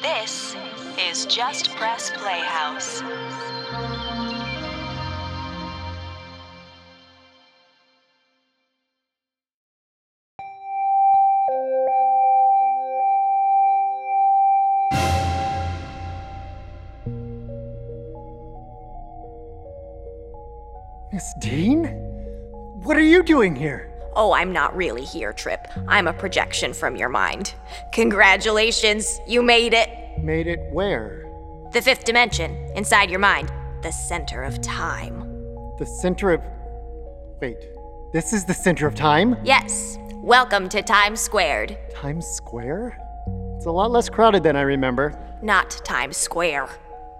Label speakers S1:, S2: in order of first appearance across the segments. S1: This is Just Press Playhouse.
S2: Miss Dean? What are you doing here?
S3: Oh, I'm not really here, Trip. I'm a projection from your mind. Congratulations, you made it.
S2: Made it where?
S3: The fifth dimension, inside your mind, the center of time.
S2: The center of. Wait, this is the center of time?
S3: Yes, welcome to Times Squared.
S2: Times Square? It's a lot less crowded than I remember.
S3: Not Times Square.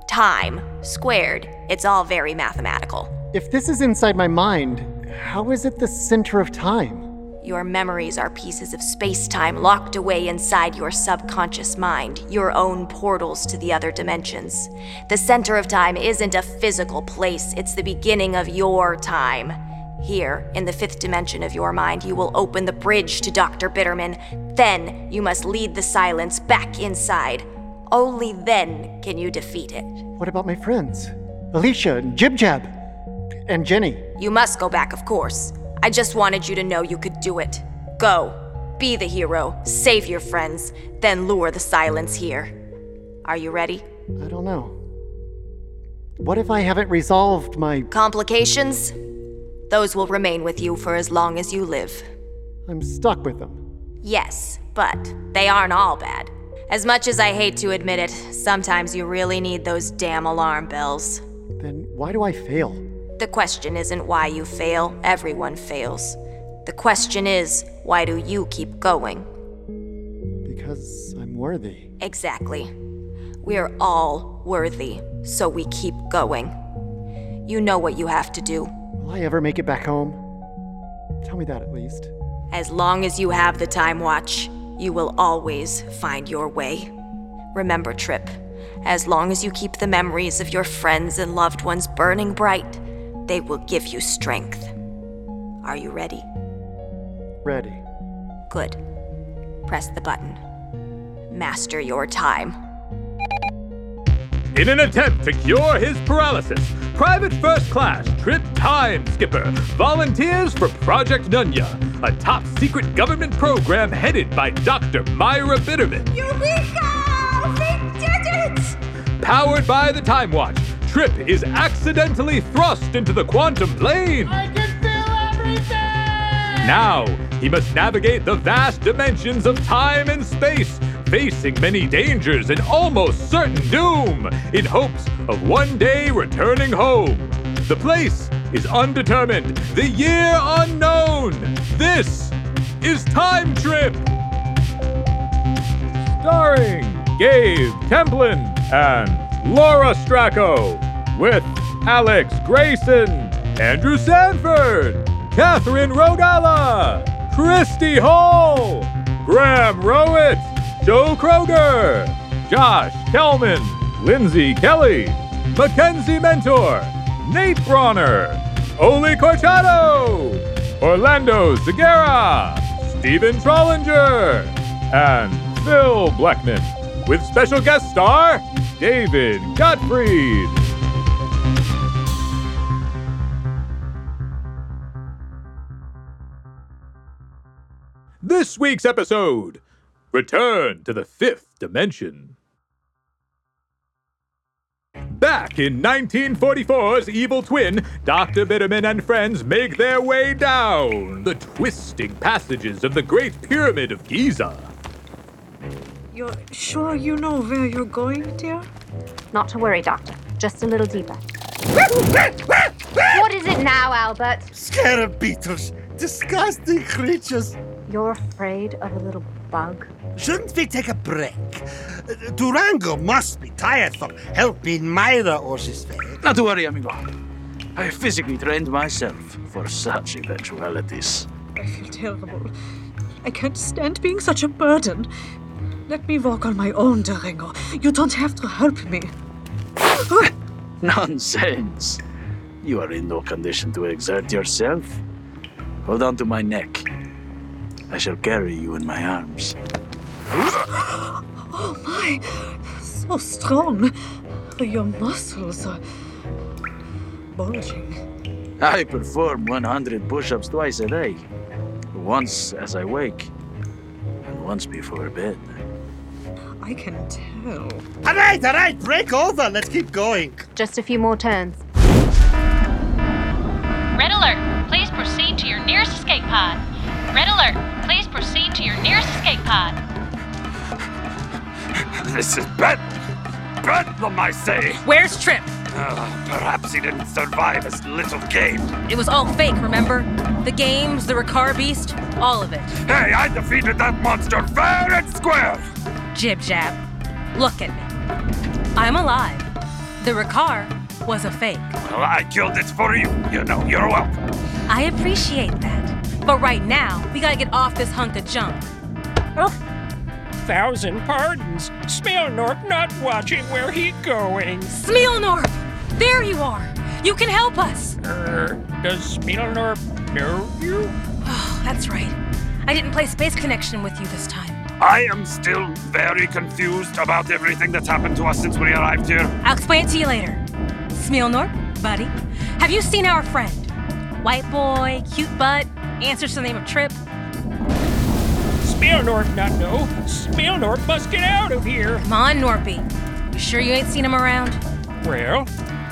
S3: Time squared. It's all very mathematical.
S2: If this is inside my mind, how is it the center of time?
S3: Your memories are pieces of space time locked away inside your subconscious mind, your own portals to the other dimensions. The center of time isn't a physical place, it's the beginning of your time. Here, in the fifth dimension of your mind, you will open the bridge to Dr. Bitterman. Then you must lead the silence back inside. Only then can you defeat it.
S2: What about my friends? Alicia and Jib Jab and Jenny.
S3: You must go back, of course. I just wanted you to know you could do it. Go. Be the hero. Save your friends. Then lure the silence here. Are you ready?
S2: I don't know. What if I haven't resolved my.
S3: Complications? Those will remain with you for as long as you live.
S2: I'm stuck with them.
S3: Yes, but they aren't all bad. As much as I hate to admit it, sometimes you really need those damn alarm bells.
S2: Then why do I fail?
S3: The question isn't why you fail, everyone fails. The question is, why do you keep going?
S2: Because I'm worthy.
S3: Exactly. We're all worthy, so we keep going. You know what you have to do.
S2: Will I ever make it back home? Tell me that at least.
S3: As long as you have the time watch, you will always find your way. Remember, Trip, as long as you keep the memories of your friends and loved ones burning bright, they will give you strength. Are you ready?
S2: Ready.
S3: Good. Press the button. Master your time.
S4: In an attempt to cure his paralysis, Private First Class Trip Time Skipper volunteers for Project Nunya, a top secret government program headed by Dr. Myra Bitterman.
S5: Eureka! We did it!
S4: Powered by the Time Watch, Trip is accidentally thrust into the quantum plane.
S5: I can feel everything!
S4: Now, he must navigate the vast dimensions of time and space, facing many dangers and almost certain doom, in hopes of one day returning home. The place is undetermined, the year unknown. This is Time Trip! Starring Gabe Templin and Laura Stracco, with Alex Grayson, Andrew Sanford, Catherine Rodala, Christy Hall, Graham Rowett, Joe Kroger, Josh Kelman, Lindsay Kelly, Mackenzie Mentor, Nate Bronner, Ole Corchado, Orlando Segura, Stephen Trollinger, and Phil Blackman, with special guest star David Gottfried. This week's episode Return to the Fifth Dimension. Back in 1944's Evil Twin, Dr. Bitterman and friends make their way down the twisting passages of the Great Pyramid of Giza.
S6: You're sure you know where you're going, dear?
S7: Not to worry, Doctor. Just a little deeper. what is it now, Albert?
S8: Scarab beetles! Disgusting creatures!
S7: You're afraid of a little bug?
S8: Shouldn't we take a break? Uh, Durango must be tired from helping Myra or his fate.
S9: Not to worry, amigo. I physically trained myself for such eventualities.
S6: I feel terrible. I can't stand being such a burden. Let me walk on my own, Durango. You don't have to help me.
S9: Nonsense. You are in no condition to exert yourself. Hold on to my neck. I shall carry you in my arms.
S6: Oh my, so strong. Your muscles are bulging.
S9: I perform 100 push ups twice a day. Once as I wake, and once before bed.
S6: I can tell.
S8: All right, all right, break over. Let's keep going.
S7: Just a few more turns.
S10: Red alert! Please proceed to your nearest escape pod. Red alert! Please proceed to your nearest escape pod.
S11: This is bed- bedlam, I say.
S12: Where's Trip?
S11: Uh, perhaps he didn't survive his little game.
S12: It was all fake, remember? The games, the Ricard beast, all of it.
S11: Hey, I defeated that monster fair and square.
S12: Jib jab. Look at me. I'm alive. The Ricard was a fake.
S11: Well, I killed it for you. You know, you're welcome.
S12: I appreciate that. But right now, we gotta get off this hunk of junk.
S13: Thousand pardons. Smilnorp not watching where he going.
S12: Smilnorp! There you are! You can help us!
S13: Er, does Smilnorp know you?
S12: Oh, that's right. I didn't play Space Connection with you this time.
S11: I am still very confused about everything that's happened to us since we arrived here.
S12: I'll explain it to you later. Smilnorp, buddy, have you seen our friend? White boy, cute butt, answers to the name of Trip.
S13: Smilnorp not know. Smilnorp must get out of here.
S12: Come on, Norpy. You sure you ain't seen him around?
S13: Well,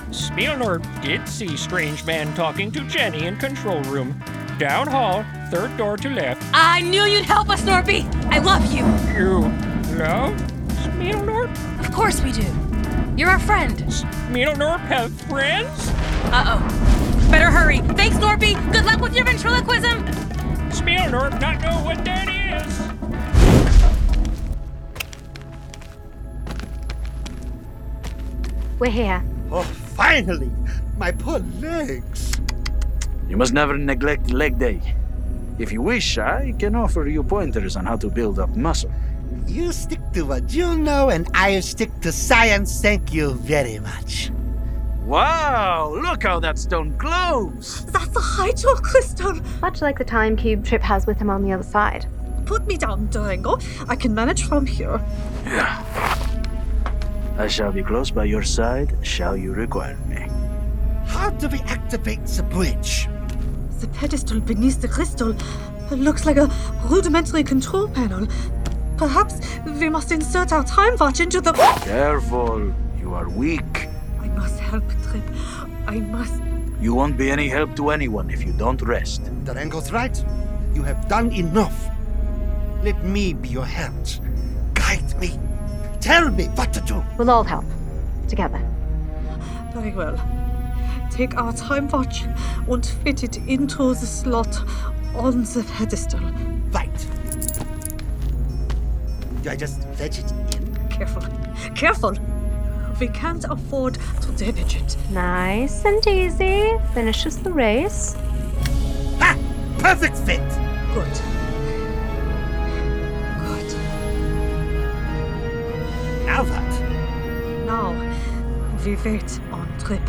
S13: Smilnorp did see strange man talking to Jenny in control room. Down hall, third door to left.
S12: I knew you'd help us, Norpy! I love you!
S13: You love Smilnorp?
S12: Of course we do. You're our friend.
S13: Smilnorp have friends?
S12: Uh oh. Better hurry. Thanks, Norpy! Good luck with your ventriloquism!
S13: Smilnorp not know what that is!
S7: We're here.
S8: Oh, finally! My poor legs.
S9: You must never neglect leg day. If you wish, I can offer you pointers on how to build up muscle.
S8: You stick to what you know, and I stick to science. Thank you very much.
S9: Wow, look how that stone glows!
S6: That's a hydro crystal.
S7: Much like the time cube Trip has with him on the other side.
S6: Put me down, Durango. I can manage from here.
S9: I shall be close by your side, shall you require me.
S8: How do we activate the bridge?
S6: The pedestal beneath the crystal looks like a rudimentary control panel. Perhaps we must insert our time watch into the.
S9: Careful, you are weak.
S6: I must help Trip. I must.
S9: You won't be any help to anyone if you don't rest.
S8: Durango's right. You have done enough. Let me be your hand. Guide me. Tell me what to do.
S7: We'll all help. Together.
S6: Very well. Take our time watch and fit it into the slot on the pedestal.
S8: Right. Do I just fetch it in?
S6: Careful. Careful! We can't afford to damage it.
S7: Nice and easy. Finishes the race.
S8: Ha! Perfect fit!
S6: Good. Good.
S8: Now what?
S6: Now, we wait on Trip.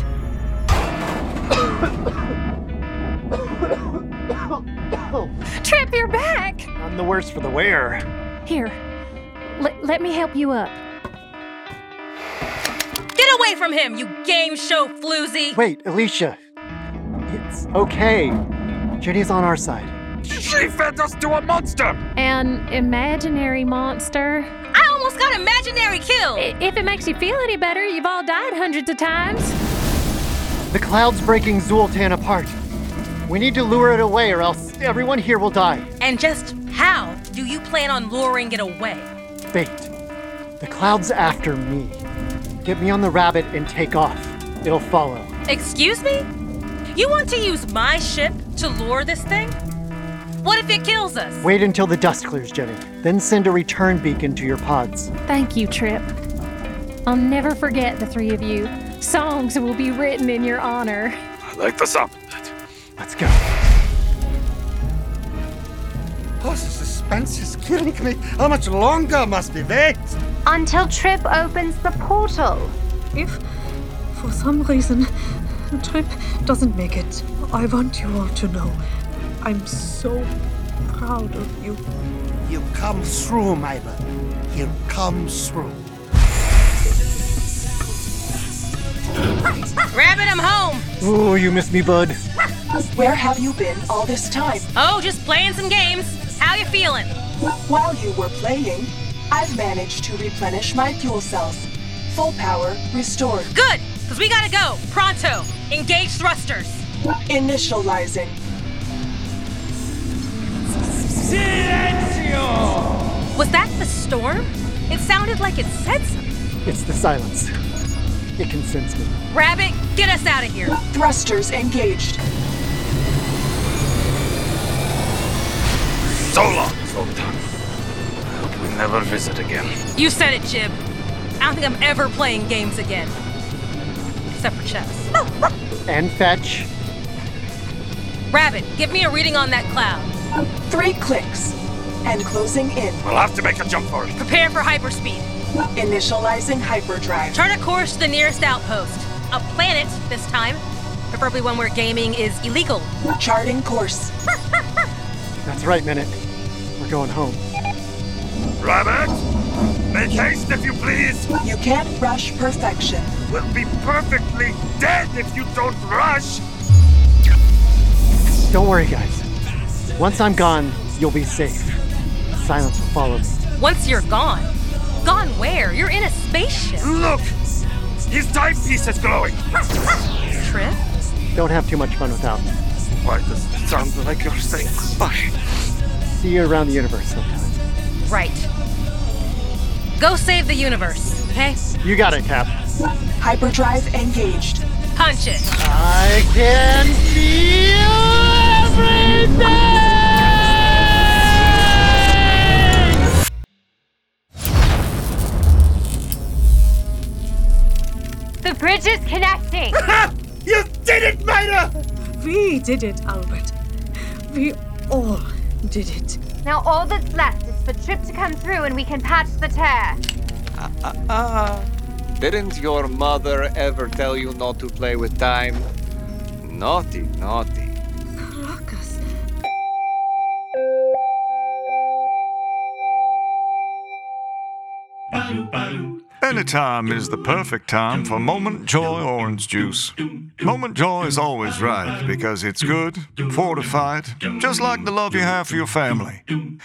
S14: Trip, you're back!
S2: None the worse for the wear.
S14: Here, le- let me help you up.
S12: Get away from him, you game show floozy!
S2: Wait, Alicia. It's okay. Jenny's on our side.
S11: She fed us to a monster.
S14: An imaginary monster.
S12: I almost got imaginary killed!
S14: I- If it makes you feel any better, you've all died hundreds of times.
S2: The cloud's breaking Zultan apart. We need to lure it away, or else everyone here will die.
S12: And just how do you plan on luring it away?
S2: Fate. The cloud's after me. Get me on the rabbit and take off. It'll follow.
S12: Excuse me? You want to use my ship to lure this thing? What if it kills us?
S2: Wait until the dust clears, Jenny. Then send a return beacon to your pods.
S14: Thank you, Trip. I'll never forget the three of you. Songs will be written in your honor.
S11: I like the sound of that.
S2: Let's go.
S8: Oh, the suspense is killing me. How much longer must we wait?
S7: Until Trip opens the portal.
S6: If, for some reason, Trip doesn't make it, I want you all to know I'm so proud of you.
S8: You come through, Myla. You come through.
S12: Rabbit, I'm home.
S2: Ooh, you miss me, bud.
S15: Where have you been all this time?
S12: Oh, just playing some games. How you feeling?
S15: While you were playing, I've managed to replenish my fuel cells. Full power restored.
S12: Good, because we gotta go. Pronto. Engage thrusters.
S15: Initializing.
S12: Silencio! Was that the storm? It sounded like it said something.
S2: It's the silence. It can sense me.
S12: Rabbit, get us out of here.
S15: Thrusters engaged.
S11: So long, Sultan. Hope we never visit again.
S12: You said it, Jib. I don't think I'm ever playing games again. Except for chess.
S2: And fetch.
S12: Rabbit, give me a reading on that cloud.
S15: Three clicks. And closing in.
S11: We'll have to make a jump for it.
S12: Prepare for hyperspeed.
S15: Initializing hyperdrive.
S12: Chart a course to the nearest outpost. A planet this time. Preferably one where gaming is illegal.
S15: Charting course.
S2: That's right, Minute. We're going home.
S11: Rabbit, make haste if you please.
S15: You can't rush perfection.
S11: We'll be perfectly dead if you don't rush.
S2: Don't worry, guys. Once I'm gone, you'll be safe. Silence will follow me.
S12: Once you're gone? Gone where? You're in a spaceship.
S11: Look! His timepiece is glowing.
S12: Trip?
S2: Don't have too much fun without me.
S11: Why does it sound like you're saying goodbye?
S2: See you around the universe sometime.
S12: Right. Go save the universe, okay?
S2: You got it, Cap.
S15: Hyperdrive engaged.
S12: Punch it.
S2: I can feel everything!
S7: The bridge is connecting.
S11: you did it, Maida!
S6: We did it, Albert. We all did it.
S7: Now all that's left is for Trip to come through and we can patch the tear.
S16: Ah, ah,
S17: Uh.
S16: ah. Didn't your mother ever tell you not to play with time? Naughty, naughty.
S6: Caracas.
S18: Any time is the perfect time for Moment Joy orange juice. Moment Joy is always right because it's good, fortified, just like the love you have for your family.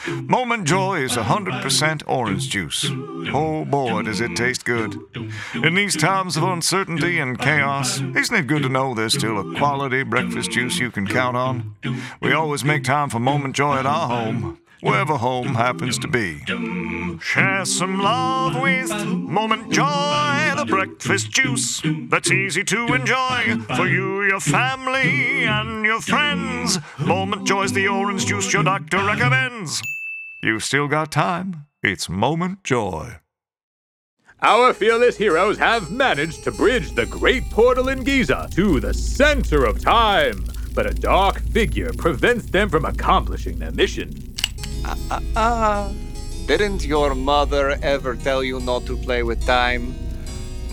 S18: Moment Joy is 100% orange juice. Oh boy, does it taste good. In these times of uncertainty and chaos, isn't it good to know there's still a quality breakfast juice you can count on? We always make time for Moment Joy at our home wherever home happens to be. Share some love with Moment Joy, the breakfast juice that's easy to enjoy for you, your family, and your friends. Moment Joy's the orange juice your doctor recommends. You've still got time. It's Moment Joy.
S4: Our fearless heroes have managed to bridge the great portal in Giza to the center of time, but a dark figure prevents them from accomplishing their mission.
S16: Ah, ah,
S2: Uh-huh.
S16: ah. Didn't your mother ever tell you not to play with time?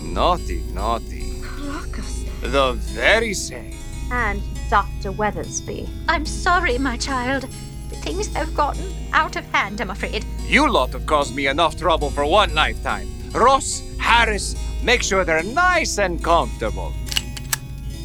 S16: Naughty, naughty.
S6: Caracas.
S16: The very same.
S19: And Dr. Weathersby.
S20: I'm sorry, my child, but things have gotten out of hand, I'm afraid.
S16: You lot have caused me enough trouble for one lifetime. Ross, Harris, make sure they're nice and comfortable.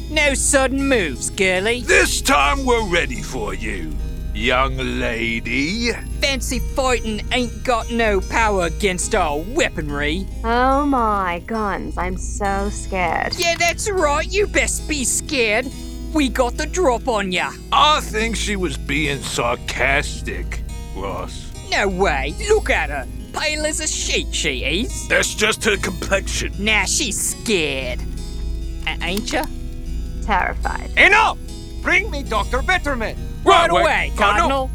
S17: No sudden moves, girlie.
S21: This time we're ready for you young lady.
S17: Fancy fighting ain't got no power against our weaponry.
S19: Oh my guns, I'm so scared.
S17: Yeah, that's right, you best be scared. We got the drop on ya.
S21: I think she was being sarcastic, Ross.
S17: No way, look at her. Pale as a sheet, she is.
S21: That's just her complexion.
S17: Now nah, she's scared. Uh, ain't ya?
S19: Terrified.
S16: Enough! Bring me Dr. Bitterman!
S17: Right, right away, Cardinal.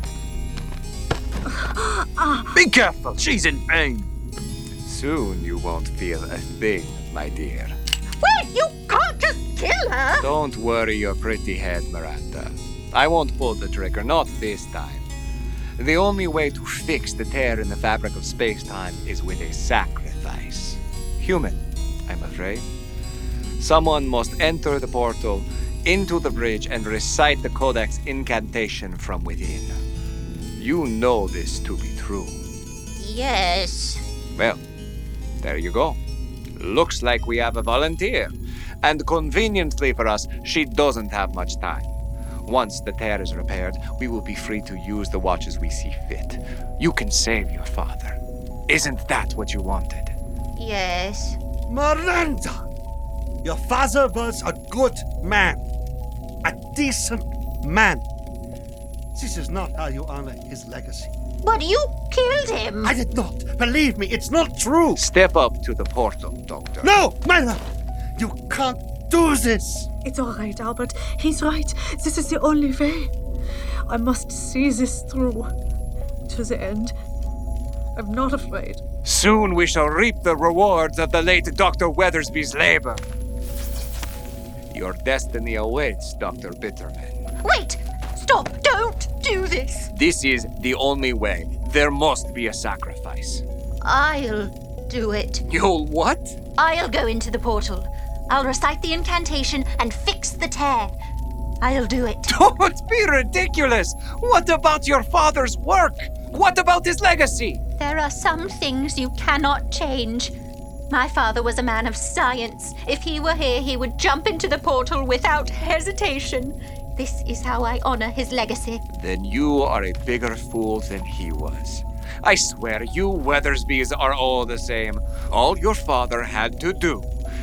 S20: Ah.
S16: Cardinal. Be careful, she's in pain. Soon you won't feel a thing, my dear.
S20: Wait, you can't just kill her!
S16: Don't worry your pretty head, Miranda. I won't pull the trigger, not this time. The only way to fix the tear in the fabric of space time is with a sacrifice. Human, I'm afraid. Someone must enter the portal into the bridge and recite the Codex incantation from within. You know this to be true. true.
S5: Yes.
S16: Well, there you go. Looks like we have a volunteer. And conveniently for us, she doesn't have much time. Once the tear is repaired, we will be free to use the watch as we see fit. You can save your father. Isn't that what you wanted?
S20: Yes.
S8: Miranda! Your father was a good man, a decent man. This is not how you honor his legacy.
S5: But you killed him.
S8: I did not. Believe me, it's not true.
S16: Step up to the portal, Doctor.
S8: No, Myra! You can't do this!
S6: It's all right, Albert. He's right. This is the only way. I must see this through to the end. I'm not afraid.
S16: Soon we shall reap the rewards of the late Dr. Weathersby's labor. Your destiny awaits, Dr. Bitterman.
S20: Wait! Stop! Don't do this!
S16: This is the only way. There must be a sacrifice.
S20: I'll do it.
S16: You'll what?
S20: I'll go into the portal. I'll recite the incantation and fix the tear. I'll do it.
S16: Don't be ridiculous! What about your father's work? What about his legacy?
S20: There are some things you cannot change. My father was a man of science. If he were here, he would jump into the portal without hesitation. This is how I honor his legacy.
S16: Then you are a bigger fool than he was. I swear, you Weathersbys are all the same. All your father had to do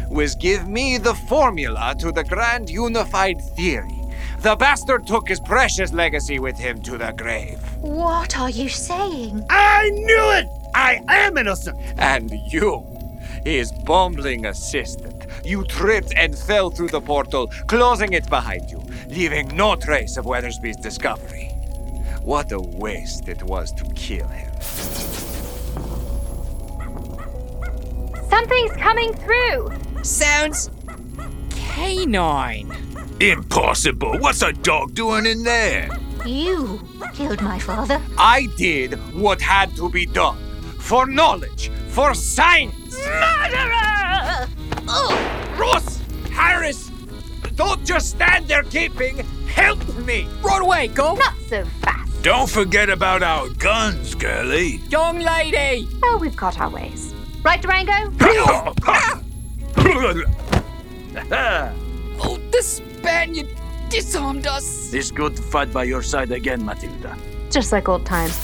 S16: was give me the formula to the grand unified theory. The bastard took his precious legacy with him to the grave.
S20: What are you saying?
S8: I knew it! I am innocent!
S16: And you, his bumbling assistant, you tripped and fell through the portal, closing it behind you, leaving no trace of Weathersby's discovery. What a waste it was to kill him.
S7: Something's coming through.
S17: Sounds canine.
S21: Impossible! What's a dog doing in there?
S20: You killed my father.
S16: I did what had to be done for knowledge, for science.
S5: Murderer!
S20: Oh,
S16: Ross, Harris, don't just stand there gaping. Help me!
S17: Run away, go!
S7: Not so fast.
S21: Don't forget about our guns, girlie.
S17: Young lady!
S7: Oh, we've got our ways. Right, Durango?
S17: Oh, the Spaniard disarmed us.
S9: This good fight by your side again, Matilda.
S7: Just like old times.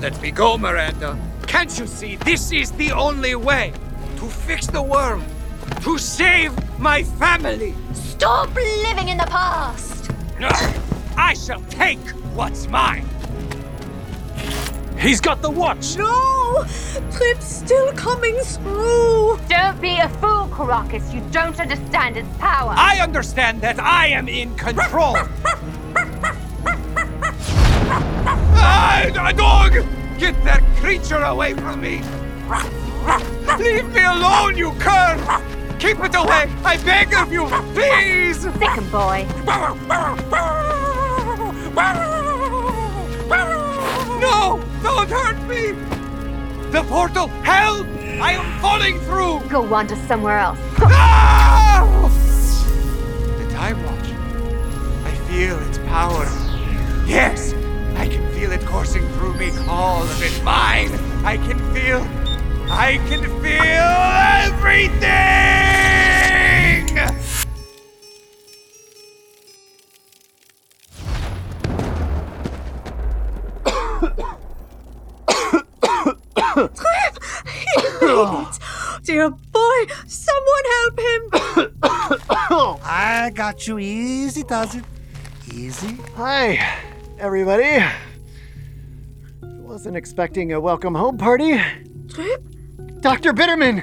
S16: Let me go, Miranda. Can't you see? This is the only way to fix the world, to save my family.
S20: stop living in the past!
S16: No, I shall take what's mine.
S13: He's got the watch.
S6: No! Trip's still coming through!
S7: Don't be a fool, Caracas. You don't understand its power.
S16: I understand that I am in control. ah, a dog! Get that creature away from me! Leave me alone, you cur! Keep it away! I beg of you, please!
S7: Sick 'em, boy.
S16: No! Don't hurt me! The portal! Help! I am falling through!
S7: Go wander somewhere else.
S17: Ah!
S16: The time watch. I feel its power. Yes, I can feel it coursing through me. All of it mine. I can feel. I can feel everything.
S6: Trip! He made it! Dear boy, someone help him!
S8: I got you easy, does it? Easy?
S2: Hi, everybody. I wasn't expecting a welcome home party.
S6: Trip?
S2: Dr. Bitterman!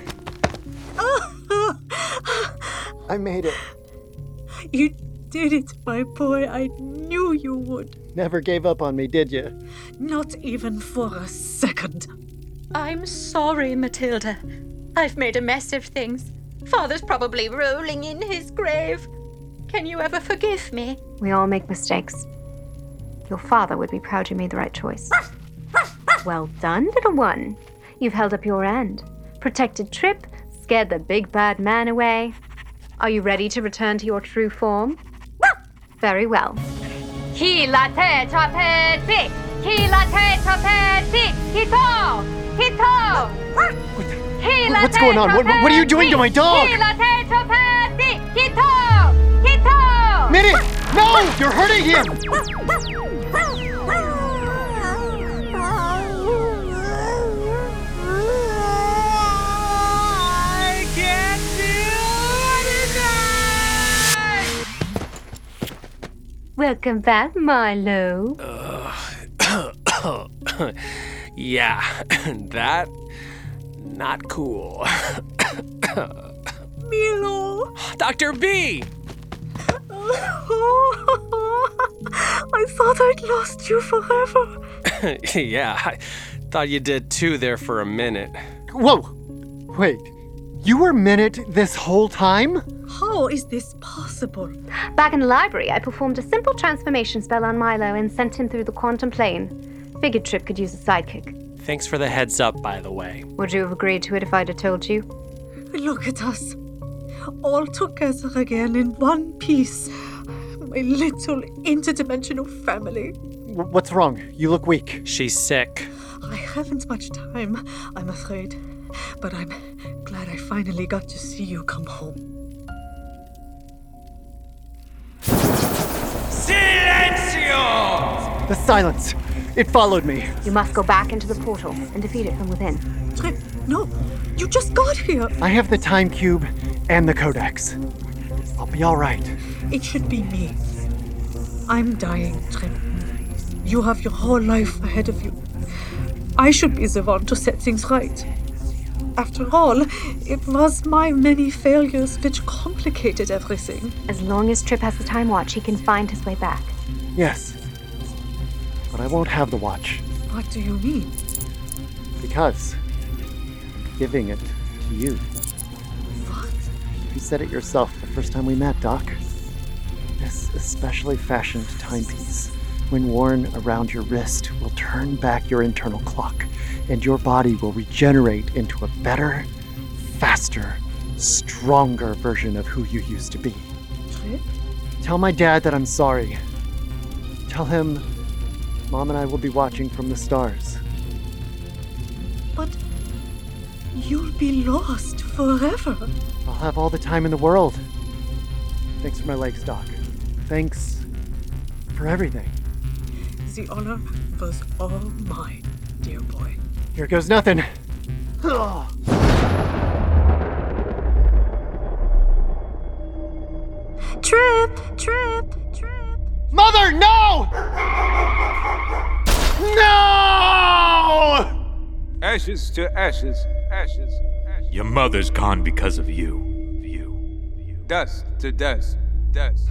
S6: Oh,
S2: I made it.
S6: you did it, my boy. I knew you would.
S2: Never gave up on me, did you?
S6: Not even for a second.
S20: I'm sorry, Matilda. I've made a mess of things. Father's probably rolling in his grave. Can you ever forgive me?
S19: We all make mistakes. Your father would be proud you made the right choice. well done, little one. You've held up your end, protected Trip, scared the big bad man away. Are you ready to return to your true form? Very well.
S7: He la tête à pète, Qui la tête au petit, Kito! Kito! Qui la
S2: What's going
S7: tête
S2: on?
S7: au
S2: What, what are you doing to my
S7: petit,
S2: dog?
S7: Qui la tête au petit, Kito! Kito!
S2: Minnie! No! You're hurting him!
S19: Welcome back, Milo.
S1: Uh, yeah, that not cool.
S6: Milo.
S1: Dr. B,
S6: I thought I'd lost you forever.
S1: yeah, I thought you did too there for a minute.
S2: Whoa! Wait. You were Minute this whole time?
S6: How is this possible?
S19: Back in the library, I performed a simple transformation spell on Milo and sent him through the quantum plane. Figured Trip could use a sidekick.
S1: Thanks for the heads up, by the way.
S19: Would you have agreed to it if I'd have told you?
S6: Look at us. All together again in one piece. My little interdimensional family.
S2: W- What's wrong? You look weak.
S1: She's sick.
S6: I haven't much time, I'm afraid. But I'm glad I finally got to see you come home.
S2: Silencio! The silence. It followed me.
S19: You must go back into the portal and defeat it from within.
S6: Trip, no! You just got here!
S2: I have the time cube and the codex. I'll be all right.
S6: It should be me. I'm dying, Trip. You have your whole life ahead of you. I should be the one to set things right. After all, it was my many failures which complicated everything.
S19: As long as Trip has the time watch, he can find his way back.
S2: Yes. But I won't have the watch
S6: What do you mean?
S2: because I'm giving it to you. What? You said it yourself the first time we met, Doc. This especially fashioned timepiece, when worn around your wrist, will turn back your internal clock, and your body will regenerate into a better, faster, stronger version of who you used to be.
S6: Trip?
S2: Tell my dad that I'm sorry. Tell him Mom and I will be watching from the stars.
S6: But you'll be lost forever.
S2: I'll have all the time in the world. Thanks for my legs, Doc. Thanks for everything.
S6: The honor was all mine, dear boy.
S2: Here goes nothing.
S6: Trip, trip,
S2: trip. Mother, no!
S21: No!
S22: Ashes to ashes, ashes,
S11: Your mother's gone because of you.
S22: dust to dust, dust.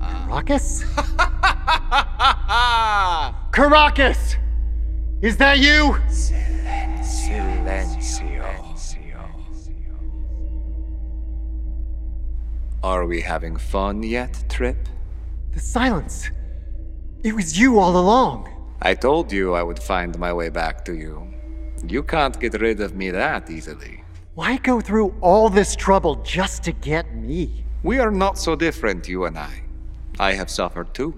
S2: Caracas? Caracas! Is that you?
S16: Silencio. Are we having fun yet, Trip?
S2: The silence. It was you all along.
S16: I told you I would find my way back to you. You can't get rid of me that easily.
S2: Why go through all this trouble just to get me?
S16: We are not so different, you and I. I have suffered too.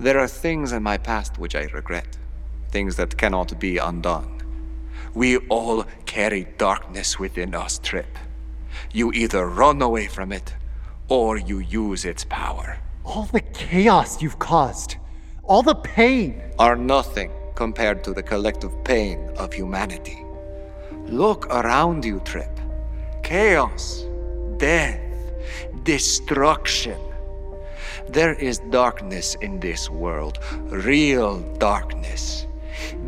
S16: There are things in my past which I regret, things that cannot be undone. We all carry darkness within us, Trip. You either run away from it, or you use its power.
S2: All the chaos you've caused. All the pain.
S16: Are nothing compared to the collective pain of humanity. Look around you, Trip. Chaos, death, destruction. There is darkness in this world, real darkness.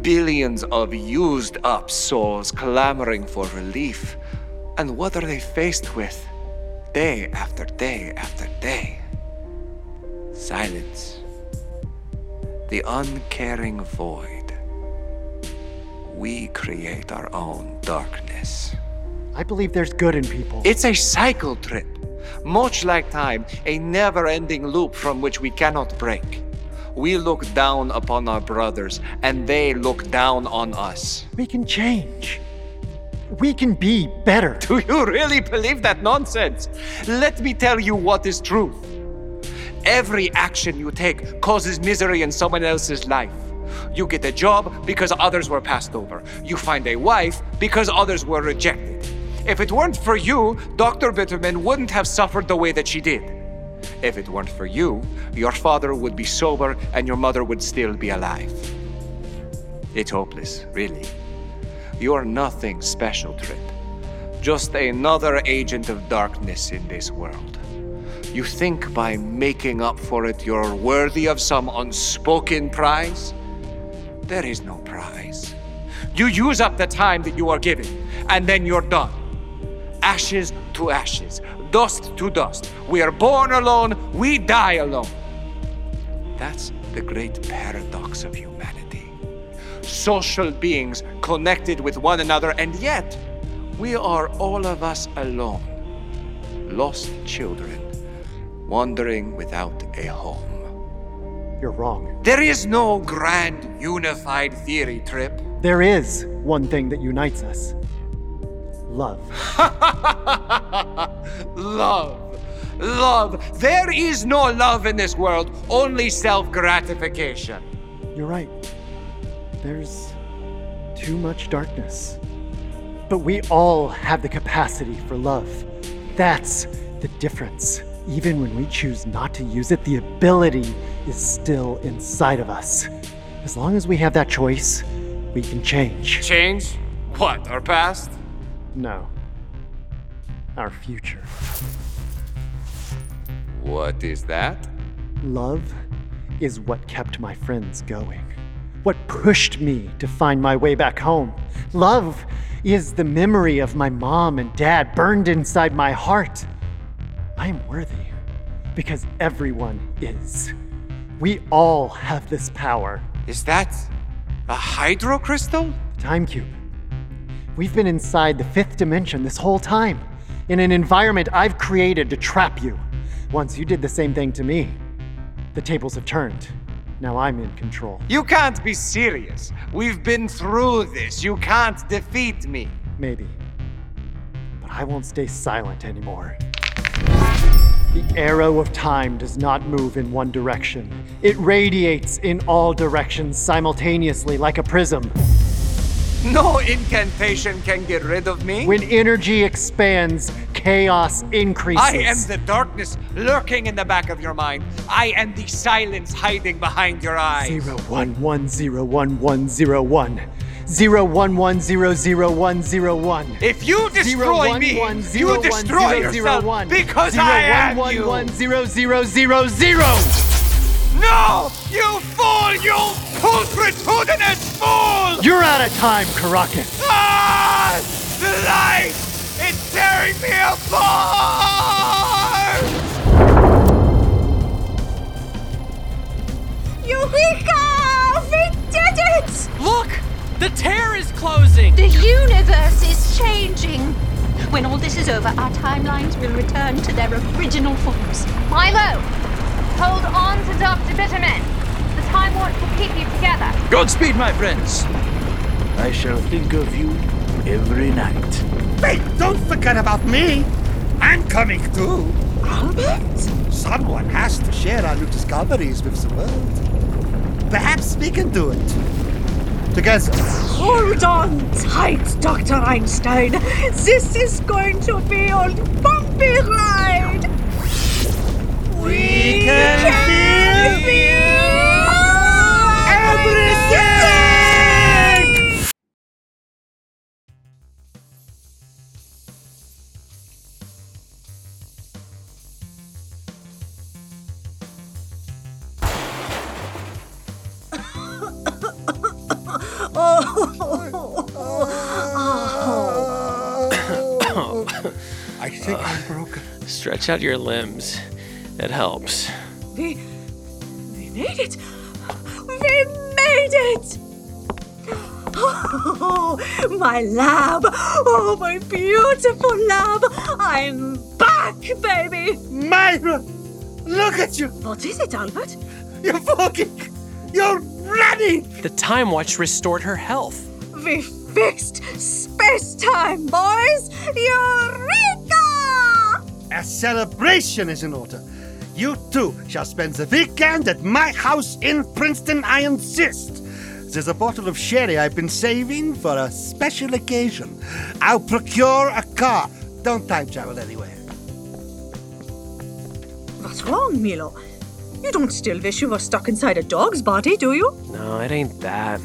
S16: Billions of used up souls clamoring for relief. And what are they faced with? Day after day after day. Silence. The uncaring void. We create our own darkness.
S2: I believe there's good in people.
S16: It's a cycle trip, much like time, a never ending loop from which we cannot break. We look down upon our brothers, and they look down on us.
S2: We can change. We can be better.
S16: Do you really believe that nonsense? Let me tell you what is truth. Every action you take causes misery in someone else's life. You get a job because others were passed over. You find a wife because others were rejected. If it weren't for you, Dr. Bitterman wouldn't have suffered the way that she did. If it weren't for you, your father would be sober and your mother would still be alive. It's hopeless, really. You're nothing special, Trip. Just another agent of darkness in this world. You think by making up for it you're worthy of some unspoken prize? There is no prize. You use up the time that you are given, and then you're done. Ashes to ashes, dust to dust. We are born alone, we die alone. That's the great paradox of humanity. Social beings connected with one another, and yet we are all of us alone. Lost children, wandering without a home.
S2: You're wrong.
S16: There is no grand unified theory, Trip.
S2: There is one thing that unites us love.
S16: Love. Love. There is no love in this world, only self gratification.
S2: You're right. There's too much darkness. But we all have the capacity for love. That's the difference. Even when we choose not to use it, the ability is still inside of us. As long as we have that choice, we can change.
S16: Change? What, our past?
S2: No. Our future.
S16: What is that?
S2: Love is what kept my friends going, what pushed me to find my way back home. Love is the memory of my mom and dad burned inside my heart. I am worthy because everyone is. We all have this power.
S16: Is that a hydrocrystal?
S2: Time cube. We've been inside the fifth dimension this whole time, in an environment I've created to trap you. Once you did the same thing to me. The tables have turned. Now I'm in control.
S16: You can't be serious. We've been through this. You can't defeat me.
S2: Maybe. But I won't stay silent anymore. The arrow of time does not move in one direction. It radiates in all directions simultaneously like a prism.
S16: No incantation can get rid of me.
S2: When energy expands, chaos increases.
S16: I am the darkness lurking in the back of your mind. I am the silence hiding behind your eyes.
S2: Zero one one zero one one zero one. Zero one one zero zero one zero one.
S16: If you destroy me, you destroy yourself because I am you.
S2: one zero zero zero zero.
S16: No, you fool, you putridinous fool!
S2: You're out of time, Karakin.
S16: Ah, the light is tearing me apart.
S5: Eureka! We did it!
S17: Look! The tear is closing!
S20: The universe is changing. When all this is over, our timelines will return to their original forms.
S7: Milo, hold on to Dr. Bitterman. The Time Warp will keep you together.
S9: Godspeed, my friends. I shall think of you every night.
S8: Wait, don't forget about me. I'm coming too. Albert? Someone has to share our new discoveries with the world. Perhaps we can do it. Together.
S6: Hold on tight, Dr. Einstein. This is going to be a bumpy ride. We can
S5: Oh.
S8: I think
S1: Uh.
S8: I'm broken.
S1: Stretch out your limbs. It helps.
S6: We, we made it. We made it. Oh, my lab. Oh, my beautiful lab. I'm back, baby.
S8: Myra, look at you.
S6: What is it, Albert?
S8: You're walking. You're running.
S1: The Time Watch restored her health.
S6: We fixed space time, boys. Eureka!
S8: A celebration is in order. You two shall spend the weekend at my house in Princeton, I insist. There's a bottle of sherry I've been saving for a special occasion. I'll procure a car. Don't time travel anywhere.
S6: What's wrong, Milo? You don't still wish you were stuck inside a dog's body, do you?
S3: No, it ain't that.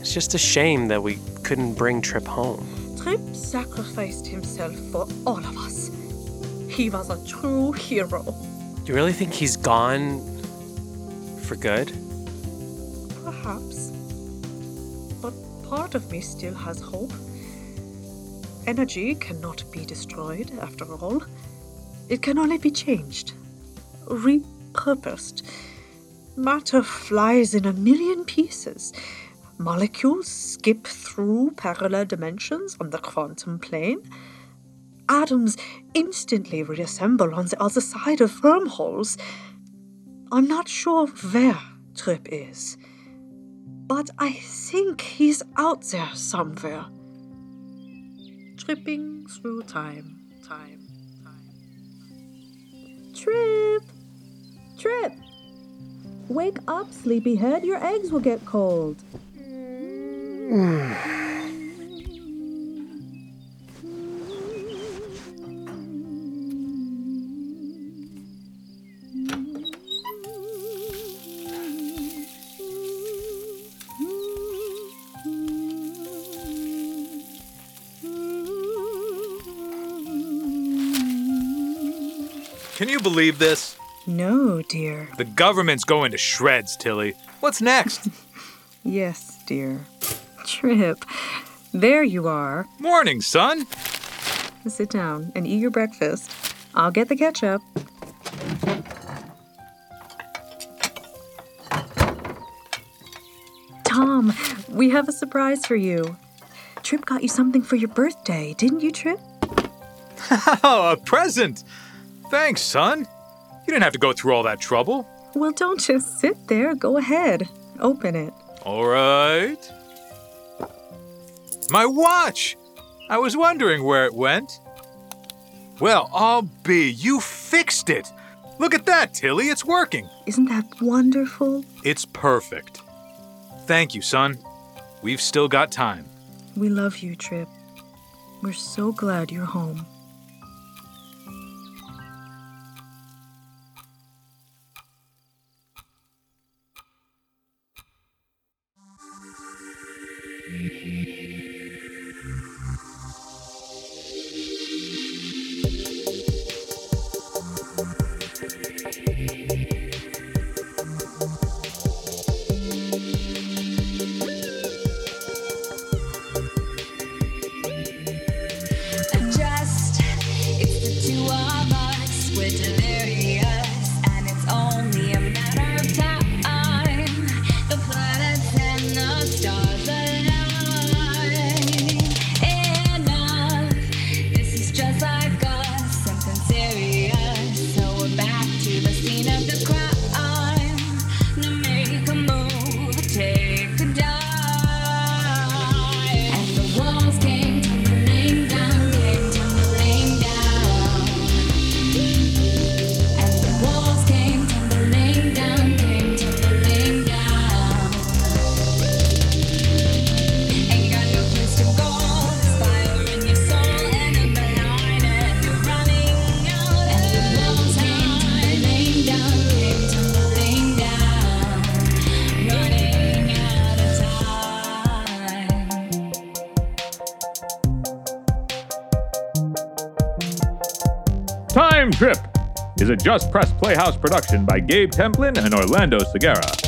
S3: It's just a shame that we couldn't bring Trip home.
S6: Trip sacrificed himself for all of us. He was a true hero.
S3: You really think he's gone for good?
S6: Perhaps. But part of me still has hope. Energy cannot be destroyed, after all. It can only be changed, repurposed. Matter flies in a million pieces. Molecules skip through parallel dimensions on the quantum plane. Atoms instantly reassemble on the other side of wormholes. I'm not sure where Trip is, but I think he's out there somewhere. Tripping through time, time, time.
S10: Trip! Trip! Wake up, sleepyhead. Your eggs will get cold.
S23: Can you believe this?
S6: No, dear.
S23: The government's going to shreds, Tilly. What's next?
S6: Yes, dear. Trip. There you are.
S23: Morning, son.
S6: Sit down and eat your breakfast. I'll get the ketchup. Tom, we have a surprise for you. Trip got you something for your birthday, didn't you, Trip?
S23: Oh, a present. Thanks, son. You didn't have to go through all that trouble.
S6: Well, don't just sit there. Go ahead. Open it.
S23: All right. My watch! I was wondering where it went. Well, I'll be. You fixed it. Look at that, Tilly. It's working.
S6: Isn't that wonderful?
S23: It's perfect. Thank you, son. We've still got time.
S6: We love you, Trip. We're so glad you're home.
S24: Just, it's the two of us. We're delirious, and it's only a matter of time. The planets and the stars align. Enough, this is just like us, something serious. So we're back to the scene of the crime. Now make a move, take a dive. And the walls came tumbling down, came tumbling down. And the walls came tumbling down, came tumbling down. Ain't got no place to go. There's fire in your soul and a banana, and you're running out. And the walls came tumbling down, came tumbling down, running out of time.
S4: Time Trip is a Just Press Playhouse production by Gabe Templin and Orlando Segura.